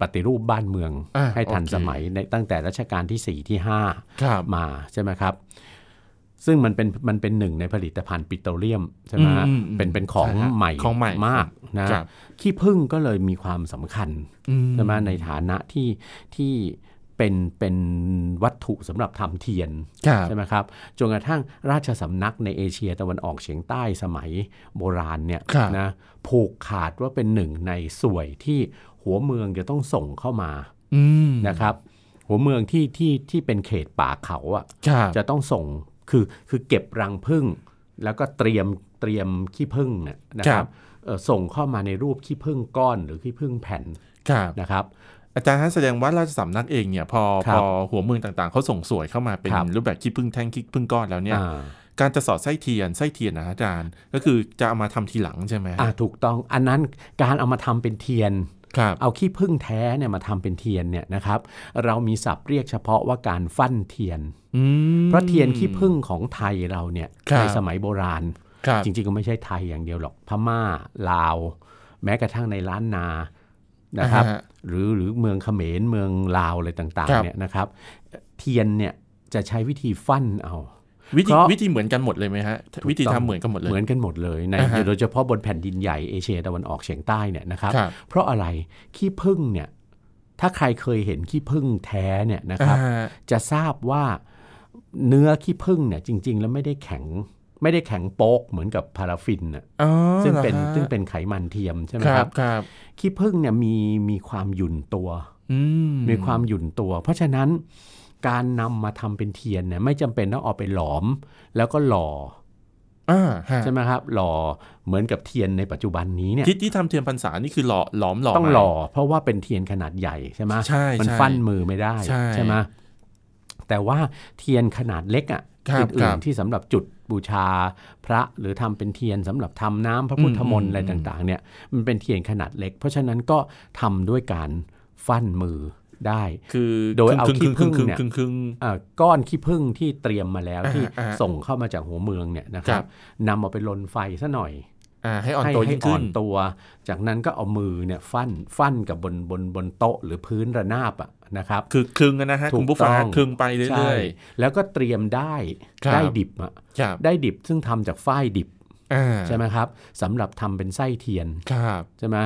Speaker 2: ปฏิรูปบ้านเมือง
Speaker 1: อ่า
Speaker 2: ให้ทัน
Speaker 1: โอเค
Speaker 2: สมัยในตั้งแต่รัชกาลที่ 4 ที่
Speaker 1: ครับ
Speaker 2: 5 มาใช่ไหมครับ ซึ่งมันเป็นมันเป็นหนึ่งในผลิตภัณฑ์ปิโตรเลียมใช่ไหมฮะ
Speaker 1: อือือื
Speaker 2: เป็นเป็นของ
Speaker 1: ช่ฮะ
Speaker 2: ใหม่
Speaker 1: ของใหม่
Speaker 2: มากนะครับขี้ผึ้งก็เลยมีความสำคัญ
Speaker 1: อื
Speaker 2: ใช่ไหมในฐานะที่ที่เป็นเป็นวัตถุสำหรับทำเทียน
Speaker 1: ครับ
Speaker 2: ใช่ไหมครับจนกระทั่งราชสำนักในเอเชียตะวันออกเฉียงใต้สมัยโบราณเนี่ย
Speaker 1: ครับ
Speaker 2: นะผูกขาดว่าเป็นหนึ่งในส่วยที่หัวเมืองจะต้องส่งเข้ามา
Speaker 1: อืม
Speaker 2: นะครับ หัวเมืองที่ที่ที่เป็นเขตป่าเขาอ่ะ
Speaker 1: ครับ
Speaker 2: จะต้องส่งคือคือเก็บรังผึ้งแล้วก็เตรียมเตรียมขี้ผึ้งเนี่ยนะครับเอ่อส่งเข้ามาในรูปขี้ผึ้งก้อนหรือขี้ผึ้งแผ่น
Speaker 1: ครับ
Speaker 2: นะครับ
Speaker 1: อาจารย์ฮะแสดงว่าราชสำนักเองเนี่ยพอ
Speaker 2: ครับ
Speaker 1: พอหัวเมืองต่างๆเขาส่งสวยเข้ามาเป็น
Speaker 2: ครับ
Speaker 1: รูปแบบขี้พึ่งแท่งขี้พึ่งก้อนแล้วเนี่ย
Speaker 2: อ่า
Speaker 1: การจะสอดไส้เทียนไส้เทียนนะอาจารย์ ก็คือจะเอามาทำทีหลังใช่ไหม
Speaker 2: อ่าถูกต้องอันนั้นการเอามาทำเป็นเทียน
Speaker 1: ครับ
Speaker 2: เอาขี้ผึ้งแท้เนี่ยมาทำเป็นเทียนเนี่ยนะครับ เรามีศัพท์เรียกเฉพาะว่าการฟั่นเทียน
Speaker 1: อืม
Speaker 2: เพราะเทียนขี้ผึ้งของไทยเราเนี่ย
Speaker 1: ครับ
Speaker 2: ในสมัยโบราณ
Speaker 1: ครับ
Speaker 2: จริงๆก็ไม่ใช่ไทยอย่างเดียวหรอกพม่าลาว แม้กระทั่งในล้านนานะครับ
Speaker 1: อ่าฮ
Speaker 2: หรือหรือเมืองเขมรเมืองลาวอะไรต่าง
Speaker 1: ครั
Speaker 2: ๆ
Speaker 1: บ
Speaker 2: เนี่ยนะครับเทียนเนี่ยจะใช้วิธีฟั่นเอา
Speaker 1: วิธี
Speaker 2: เพราะ
Speaker 1: วิธีเหมือนกันหมดเลยไหมฮะ
Speaker 2: ถูกต้อง
Speaker 1: วิธีทำเหมือนกันหมดเลย
Speaker 2: เหมือนกันหมดเลยใน
Speaker 1: อ่าฮะ
Speaker 2: โดยเฉพาะบนแผ่นดินใหญ่เอเชียตะวันออกเฉียงใต้เนี่ยนะครับ
Speaker 1: ครับ
Speaker 2: เพราะอะไรขี้ผึ้งเนี่ยถ้าใครเคยเห็นขี้ผึ้งแท้เนี่ยนะครับ
Speaker 1: อ่า
Speaker 2: จะทราบว่าเนื้อขี้ผึ้งเนี่ยจริง ๆ แล้วไม่ได้แข็งไม่ได้แข็งโป๊กเหมือนกับพาราฟินน่ะ
Speaker 1: อ๋อ
Speaker 2: ซึ่งเป็น
Speaker 1: หรอฮะ
Speaker 2: ซึ่งเป็นไขมันเทียมใช่ไหม
Speaker 1: ค
Speaker 2: ค
Speaker 1: รั
Speaker 2: รั
Speaker 1: บบ ครับ
Speaker 2: ขี้ผึ้งเนี่ยมีมีความหยุ่นตัว
Speaker 1: อืม
Speaker 2: มีความหยุ่นตัว เพราะฉะนั้นการนำมาทำเป็นเทียนเนี่ยไม่จำเป็นต้องเอาไปหลอม แล้วก็หล่อ
Speaker 1: อ่าฮะ
Speaker 2: ใช่ไหมครับหล่อเหมือนกับเทียนในปัจจุบันนี้เนี่ย
Speaker 1: ที่ที่ทำเทียนพรรษานี่คือหล่อหลอมหล่อ
Speaker 2: ต้อง
Speaker 1: มา
Speaker 2: หล่อเพราะว่าเป็นเทียนขนาดใหญ่ใช่ไหม
Speaker 1: ใช่
Speaker 2: มัน
Speaker 1: ใช่
Speaker 2: ฟั่นมือไม่ได้
Speaker 1: ใช่
Speaker 2: ไหมแต่ว่าเทียนขนาดเล็กอ่ะ
Speaker 1: ครับ
Speaker 2: อื่
Speaker 1: ครั
Speaker 2: น
Speaker 1: บ
Speaker 2: ๆที่สำหรับจุดบูชาพระหรือทำเป็นเทียนสำหรับทำน้ำพระพุทธมนต์
Speaker 1: อืม
Speaker 2: อะไรต่างๆเนี่ยมันเป็นเทียนขนาดเล็ก เพราะฉะนั้นก็ทำด้วยการฟั่นมือได้
Speaker 1: คือ
Speaker 2: โดยเอา
Speaker 1: ครึ่ง
Speaker 2: ขี้ผึ้ง
Speaker 1: ครึ่ง
Speaker 2: เนี่ย
Speaker 1: ครึ่งครึ่ง
Speaker 2: อ่าก้อนขี้ผึ้งที่เตรียมมาแล้ว
Speaker 1: อ่า
Speaker 2: ที่
Speaker 1: อ่า
Speaker 2: ส่งเข้ามาจากหัวเมืองเนี่ยนะค
Speaker 1: ครั
Speaker 2: รับบ นำเอาไปลนไฟซะหน่อย
Speaker 1: อ่าให้อ่อน
Speaker 2: ให้
Speaker 1: ตัว
Speaker 2: ให้
Speaker 1: ยิ่ง
Speaker 2: อ่
Speaker 1: ขึ้
Speaker 2: อน นตัว จากนั้นก็เอามือเนี่ยฟันฟันกับบนบนบนโต๊ะหรือพื้นระนาบอะนะครับ
Speaker 1: คือครึ่งอะนะฮะ
Speaker 2: ถูก
Speaker 1: คุณผู้ฟัง
Speaker 2: ต้
Speaker 1: ฮะ
Speaker 2: อง
Speaker 1: ครึ่งไป
Speaker 2: ใช่
Speaker 1: เรื่อย
Speaker 2: แล้วก็เตรียมได้
Speaker 1: ครับ
Speaker 2: ได้ดิบอะ
Speaker 1: ๆครับ
Speaker 2: ได้ดิบซึ่งทำจากฝ้ายดิบ
Speaker 1: อ่า
Speaker 2: ใช่ไหมครับสำหรับทำเป็นไส้เทียน
Speaker 1: ครับ
Speaker 2: ใช่ไหม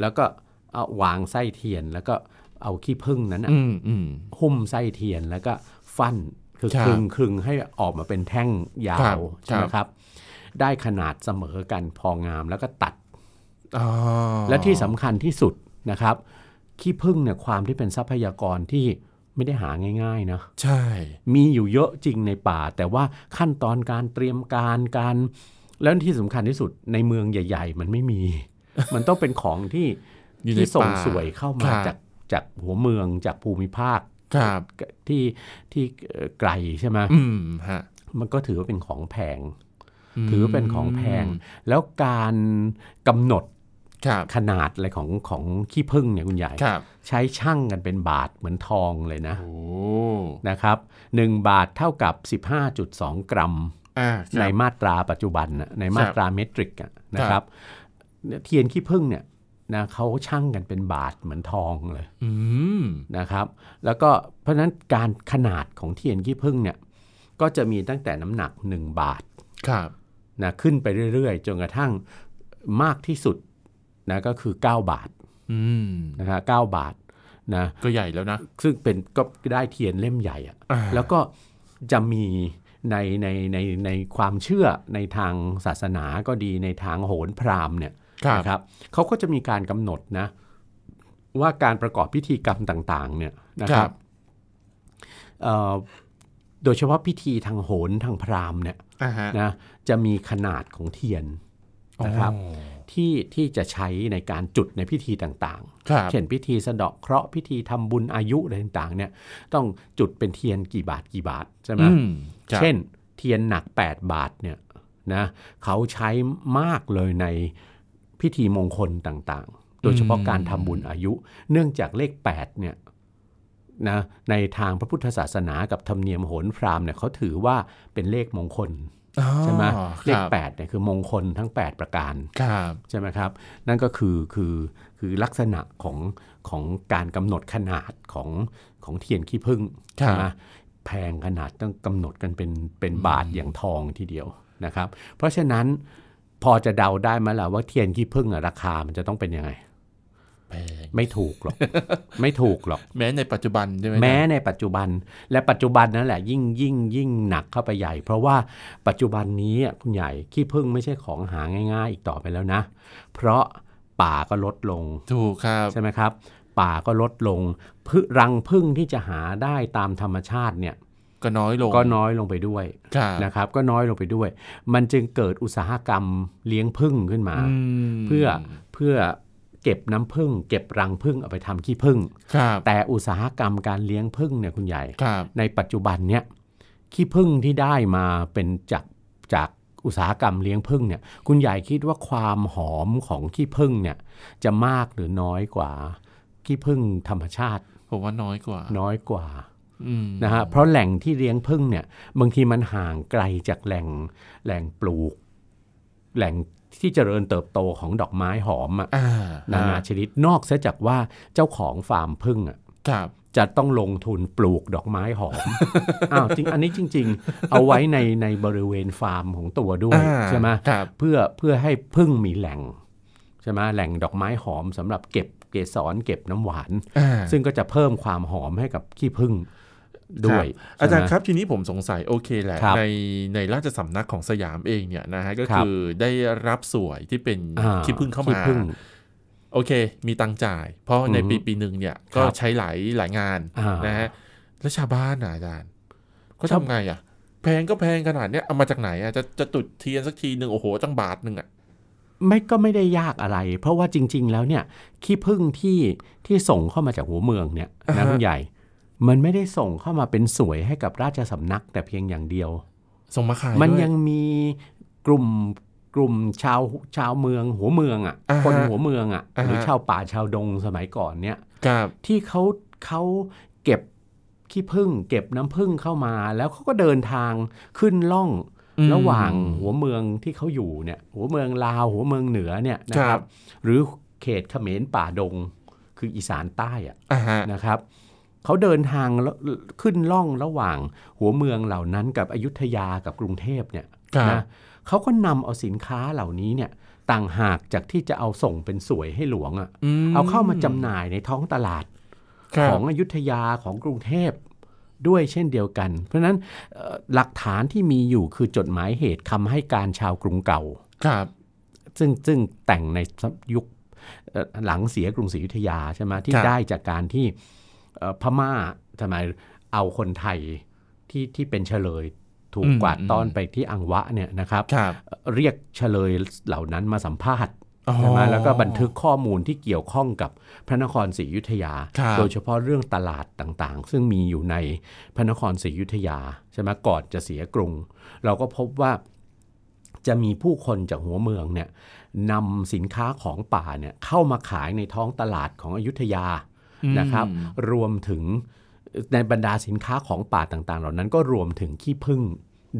Speaker 2: แล้วก็เอาวางไส้เทียนแล้วก็เอาขี้ผึ้งนั้นอะ
Speaker 1: อืมอืม
Speaker 2: หุ้มไส้เทียนแล้วก็ฟันคือ
Speaker 1: ครั
Speaker 2: ค
Speaker 1: บ
Speaker 2: ลึงคลึงให้ออกมาเป็นแท่งยา
Speaker 1: ครั
Speaker 2: ว
Speaker 1: บ
Speaker 2: ใช่ไหมครับ ได้ขนาดเสมอกันพองามแล้วก็ตัด
Speaker 1: อ๋อ
Speaker 2: และที่สำคัญที่สุดนะครับขี้ผึ้งเนี่ยความที่เป็นทรัพยากรที่ไม่ได้หาง่ายๆนะ
Speaker 1: ใช่
Speaker 2: มีอยู่เยอะจริงในป่า แต่ว่าขั้นตอนการเตรียมการการ แล้วที่สำคัญที่สุดในเมืองใหญ่ ๆ มันไม่มี (laughs) มันต้องเป็นของที่
Speaker 1: อยู่ใน
Speaker 2: ที่ส่ง
Speaker 1: ป่า
Speaker 2: สวยเข้า
Speaker 1: ค
Speaker 2: มา
Speaker 1: รับ
Speaker 2: จากจากหัวเมืองจากภูมิภาค
Speaker 1: ครับ
Speaker 2: ที่ที่เอ่อไกลใช่ไหม
Speaker 1: อืมฮะ
Speaker 2: มันก็ถือว่าเป็นของแพง
Speaker 1: ม
Speaker 2: ถือเป็นของแพง แล้วการกำหนด
Speaker 1: ครับ
Speaker 2: ขนาดอะไรของของขี้ผึ้งเนี่ยคุณใหญ่
Speaker 1: ครับ
Speaker 2: ใช้ช่างกันเป็นบาทเหมือนทองเลยนะ
Speaker 1: โอ้
Speaker 2: นะครับ1บาทเท่ากับ 15.2 กรัม
Speaker 1: อ่าครับ
Speaker 2: ในมาตราปัจจุบันน่ะในมาตราเมตริกอะนะครับเนี่ยเทียนขี้ผึ้งเนี่ยนะเขาช่างกันเป็นบาทเหมือนทองเลย
Speaker 1: อืม
Speaker 2: นะครับแล้วก็เพราะฉะนั้นการขนาดของเทียนขี้ผึ้งเนี่ยก็จะมีตั้งแต่น้ำหนัก 1 บาท
Speaker 1: ครับ
Speaker 2: นะขึ้นไปเรื่อยๆ จนกระทั่งมากที่สุดนะก็คือ 9 บาท
Speaker 1: อืม
Speaker 2: นะฮะ9บาทนะ
Speaker 1: ก็ใหญ่แล้วนะ
Speaker 2: ซึ่งเป็นก็ได้เทียนเล่มใหญ่อะ
Speaker 1: อ่า
Speaker 2: แล้วก็จะมีในในในในความเชื่อในทางศาสนาก็ดีในทางโหนพราหมณ์เนี่ย
Speaker 1: ครับ
Speaker 2: นะครับเขาก็จะมีการกำหนดนะว่าการประกอบพิธีกรรมต่างๆเนี่ยนะค
Speaker 1: ครั
Speaker 2: รับบ เอ่อโดยเฉพาะพิธีทางโหนทางพราหมณ์เนี่ย
Speaker 1: อ่าฮะ
Speaker 2: นะจะมีขนาดของเทียนนะครับ
Speaker 1: อ๋อ
Speaker 2: ที่ที่จะใช้ในการจุดในพิธีต่างๆ
Speaker 1: ครับ
Speaker 2: เช่นพิธีสะเดาะเคราะห์พิธีทำบุญอายุอะไรต่างๆเนี่ยต้องจุดเป็นเทียนกี่บาทกี่บาทใช่ไหม
Speaker 1: อืมครับ
Speaker 2: เช่นเทียนหนัก 8 บาทเนี่ยนะเขาใช้มากเลยในพิธีมงคลต่างๆ โดยเฉพาะการทำบุญอายุ เนื่องจากเลข8เนี่ยนะในทางพระพุทธศาสนากับธรรมเนียมโหนพราหมณ์เนี่ยเขาถือว่าเป็นเลขมงคล
Speaker 1: อ๋อ
Speaker 2: ใช่ไหมเล
Speaker 1: ค
Speaker 2: ข
Speaker 1: รับ
Speaker 2: 8เนี่ยคือมงคลทั้ง 8 ประการ
Speaker 1: ครับ
Speaker 2: ใช่ไหมครับ นั่นก็คือคือคือลักษณะของของการกำหนดขนาดของของเทียนขี้ผึ้ง
Speaker 1: ค
Speaker 2: ใช่
Speaker 1: รับ
Speaker 2: ไหมแพงขนาดต้องกำหนดกันเป็นเป็นบาทอย่างทองทีเดียวนะครับ เพราะฉะนั้นพอจะเดาได้ไหมล่ะว่าเทียนขี้ผึ้งอะราคามันจะต้องเป็นยังไง
Speaker 1: แพง
Speaker 2: ไม่ถูกหรอก ไม่ถูกหรอก
Speaker 1: แม้ในปัจจุบันใช่ไหม
Speaker 2: แม้ในปัจจุบันและปัจจุบันนั่นแหละยิ่งยิ่งยิ่งหนักเข้าไปใหญ่ เพราะว่าปัจจุบันนี้อ่ะคุณใหญ่ขี้ผึ้งไม่ใช่ของหาง่าย ๆ อีกต่อไปแล้วนะ เพราะป่าก็ลดลง
Speaker 1: ถูกครับ
Speaker 2: ใช่ไหมครับ ป่าก็ลดลงพืรังผึ้งที่จะหาได้ตามธรรมชาติเนี่ย
Speaker 1: ก็น้อยลง
Speaker 2: ก็น้อยลงไปด้วย
Speaker 1: ครับ
Speaker 2: นะครับ ก็น้อยลงไปด้วย มันจึงเกิดอุตสาหกรรมเลี้ยงผึ้งขึ้นมา
Speaker 1: อืม
Speaker 2: เพื่อเพื่อเก็บน้ำผึ้งเก็บรังผึ้งเอาไปทำขี้ผึ้ง
Speaker 1: ครับ
Speaker 2: แต่อุตสาหกรรมการเลี้ยงผึ้งเนี่ยคุณใหญ่
Speaker 1: ครับ
Speaker 2: ในปัจจุบันเนี่ยขี้ผึ้งที่ได้มาเป็นจากจาก อุตสาหกรรมเลี้ยงผึ้งเนี่ยคุณใหญ่คิดว่าความหอมของขี้ผึ้งเนี่ยจะมากหรือน้อยกว่าขี้ผึ้งธรรมชาติ
Speaker 1: ผมว่าน้อยกว่า
Speaker 2: น้อยกว่า
Speaker 1: อืม
Speaker 2: นะฮะเพราะแหล่งที่เลี้ยงผึ้งเนี่ยบางทีมันห่างไกลจากแหล่งแหล่งปลูก แหล่งที่เจริญเติบโตของดอกไม้หอมอะ
Speaker 1: อ่า
Speaker 2: นานาชนิดนอกเสียจากว่าเจ้าของฟาร์มผึ้งอะ
Speaker 1: ครับ
Speaker 2: จะต้องลงทุนปลูกดอกไม้ห (laughs) อม อ้าวจริงอันนี้จริง ๆ เอาไว้ในในบริเวณฟาร์มของตัวด้วย
Speaker 1: อ่า
Speaker 2: ใช่ไหม
Speaker 1: ครับ
Speaker 2: เพื่อเพื่อให้ผึ้งมีแหล่งใช่ไหมแหล่งดอกไม้หอมสำหรับเก็บเกสรเก็บน้ำหวาน
Speaker 1: อ่า
Speaker 2: ซึ่งก็จะเพิ่มความหอมให้กับขี้ผึ้งด้วย
Speaker 1: ครับอาจารย์ค
Speaker 2: ใช่ไหม
Speaker 1: รับทีนี้ผมสงสัยโอเคแหละ
Speaker 2: ครับ
Speaker 1: ในในราชสำนักของสยามเองเนี่ยนะฮะก็
Speaker 2: ครับ
Speaker 1: คือได้รับสวยที่เป็น
Speaker 2: อ่า
Speaker 1: ขี้พึ่งเข้า
Speaker 2: ขี้
Speaker 1: มา
Speaker 2: ผึ้ง
Speaker 1: โอเค มีตังค์จ่าย เพราะใน
Speaker 2: อือฮึ
Speaker 1: ปีปีหนึ่งเนี่ยก็ใช้หลายหลายงาน
Speaker 2: อ่าน
Speaker 1: นะฮะแล้วชาวบ้านน่ะอาจารย์ก็
Speaker 2: ชาว
Speaker 1: ทำไงอ่ะ แพงก็แพงขนาดเนี้ยเอามาจากไหนอ่ะจะจะจุดเทียนสักทีหนึ่งโอ้โหตั้งบาทหนึ่งอ่ะ
Speaker 2: ไม่ก็ไม่ได้ยากอะไร เพราะว่าจริง ๆ แล้วเนี่ยขี้ผึ้งที่ที่ส่งเข้ามาจากหัวเมืองเนี่ย
Speaker 1: อ่า
Speaker 2: นะ
Speaker 1: ฮะ
Speaker 2: คุณใหญ่ มันไม่ได้ส่งเข้ามาเป็นสวยให้กับราชสำนักแต่เพียงอย่างเดียว
Speaker 1: ส่งมาขาย
Speaker 2: มัน
Speaker 1: ด้วย
Speaker 2: ยังมีกลุ่มกลุ่มชาวชาวเมืองหัวเมืองอ่ะ
Speaker 1: อ่าฮะ
Speaker 2: คนหัวเมืองอ่ะ
Speaker 1: อ่าฮะ
Speaker 2: หรือชาวป่าชาวดงสมัยก่อนเนี่ย
Speaker 1: ครับ
Speaker 2: ที่เขาเขาเก็บขี้ผึ้งเก็บน้ำผึ้งเข้ามา แล้วเขาก็เดินทางขึ้นล่อง
Speaker 1: อืม
Speaker 2: ระหว่างหัวเมืองที่เขาอยู่เนี่ยหัวเมืองลาวหัวเมืองเหนือเนี่ยนะค
Speaker 1: ครั
Speaker 2: รับ บ หรือเขตเขมรป่าดงคืออีสานใต้อะ
Speaker 1: อ่าฮะ
Speaker 2: นะครับเขาเดินทางแล้วขึ้นล่องระหว่างหัวเมืองเหล่านั้นกับอยุธยากับกรุงเทพเนี่ย
Speaker 1: ครับ
Speaker 2: นะเขาก็นำเอาสินค้าเหล่านี้เนี่ยต่างหากจากที่จะเอาส่งเป็นสวยให้หลวงอะ
Speaker 1: ม
Speaker 2: เอาเข้ามาจำหน่ายในท้องตลาด
Speaker 1: ครับ
Speaker 2: ของอยุธยาของกรุงเทพด้วยเช่นเดียวกัน เพราะฉะนั้นเอ่อหลักฐานที่มีอยู่คือจดหมายเหตุคำให้การชาวกรุงเก่า
Speaker 1: ครับ
Speaker 2: ซึ่งซึ่งแต่งในยุคเอ่อหลังเสียกรุงศรีอยุธยาใช่ไหมที่ได้จากการที่เอ่อพม่าทำไมเอาคนไทยที่ที่เป็นเฉลยถูกกวาดต้อนไปที่อังวะเนี่ยนะครับ
Speaker 1: ครับ
Speaker 2: เอ่อเรียกเฉลยเหล่านั้นมาสัมภาษณ์
Speaker 1: อ๋อ
Speaker 2: ใช่ไหมแล้วก็บันทึกข้อมูลที่เกี่ยวข้องกับพระนครศรีอยุธยา
Speaker 1: ครับ
Speaker 2: โดยเฉพาะเรื่องตลาดต่างๆ ซึ่งมีอยู่ในพระนครศรีอยุธยาใช่ไหมก่อนจะเสียกรุง เราก็พบว่าจะมีผู้คนจากหัวเมืองเนี่ยนำสินค้าของป่าเนี่ยเข้ามาขายในท้องตลาดของอยุธยานะครับ รวมถึงในบรรดาสินค้าของป่าต่างๆ เหล่านั้นก็รวมถึงขี้ผึ้ง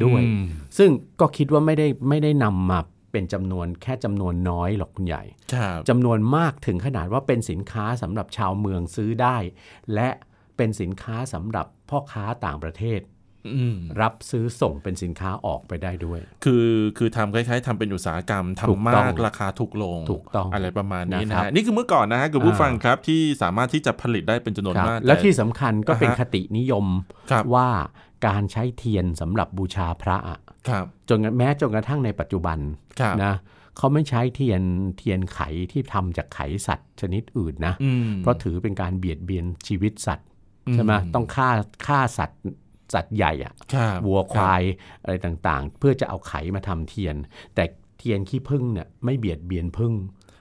Speaker 2: ด้วย
Speaker 1: อืม
Speaker 2: ซึ่งก็คิดว่าไม่ได้ไม่ได้นำมาเป็นจำนวนแค่จำนวนน้อยหรอกคุณใหญ่
Speaker 1: ครับ
Speaker 2: จำนวนมากถึงขนาดว่าเป็นสินค้าสำหรับชาวเมืองซื้อได้ และเป็นสินค้าสำหรับพ่อค้าต่างประเทศ
Speaker 1: อืม
Speaker 2: รับซื้อส่งเป็นสินค้าออกไปได้ด้วย
Speaker 1: คือคือทำคล้ายๆทำเป็นอุตสาหกรรม
Speaker 2: ถูก
Speaker 1: ทำ
Speaker 2: ต้อ
Speaker 1: มาง กราคาถูกลง
Speaker 2: ถูกต้อง
Speaker 1: อะไรประมาณนี้นะ
Speaker 2: นะครับ
Speaker 1: ฮะนี่คือเมื่อก่อนนะฮะคุณผู้
Speaker 2: อ่า
Speaker 1: ฟังครับที่สามารถที่จะผลิตได้เป็นจำนวน
Speaker 2: ครับ
Speaker 1: มาก
Speaker 2: และ
Speaker 1: ต่
Speaker 2: ที่สำคัญก็เป็น
Speaker 1: อ่าฮะ
Speaker 2: คตินิยม
Speaker 1: ครับ
Speaker 2: ว่าการใช้เทียนสำหรับบูชาพระอะ
Speaker 1: ครับ
Speaker 2: จนแม้จนกระทั่งในปัจจุบัน
Speaker 1: ครับ
Speaker 2: นะเขาไม่ใช้เทียนเทียนไขที่ทำจากไขสัตว์ชนิดอื่นนะ
Speaker 1: อืม
Speaker 2: เพราะถือเป็นการเบียดเบียนชีวิตสัตว์
Speaker 1: อืม
Speaker 2: ใช่ไหมต้องฆ่าฆ่าสัตว์สัตว์ใหญ่อะ
Speaker 1: ครับ
Speaker 2: วัวควา
Speaker 1: รับ
Speaker 2: ยอะไรต่างๆ เพื่อจะเอาไขมาทำเทียน แต่เทียนขี้ผึ้งเนี่ยไม่เบียดเบียนผึ้ง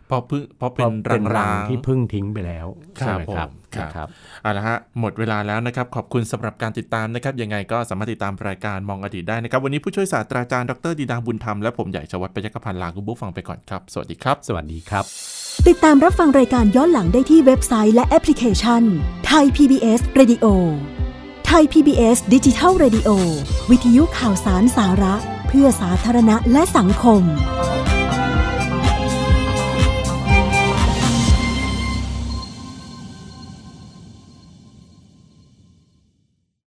Speaker 1: เพราะพึ่งเพราะเป็น
Speaker 2: พ
Speaker 1: รั
Speaker 2: ราะ
Speaker 1: ง
Speaker 2: รั
Speaker 1: ร้าง
Speaker 2: งที่ผึ้งทิ้งไปแล้ว
Speaker 1: ครับ
Speaker 2: ใช่ไหมครับ
Speaker 1: ผมครับ
Speaker 2: นะครับ
Speaker 1: เอาละฮะหมดเวลาแล้วนะครับ ขอบคุณสำหรับการติดตามนะครับยังไงก็สามารถติดตามรายการมองอดีตได้นะครับ วันนี้ผู้ช่วยศาสตราจารย์ดรดีดังบุญธรรมและผมใหญ่ชวัฒน์ปยกพันธ์ลาคุณผู้ฟังไปก่อนครับสวัสดีครับ
Speaker 2: สวัสดีครับ
Speaker 3: ติดตามรับฟังรายการย้อนหลังได้ที่เว็บไซต์และแอปพลิเคชันไทย PBS Radio ไทย PBS ดิจิทัล Radio วิทยุข่าวสารสาระ เพื่อสาธารณะและสังคม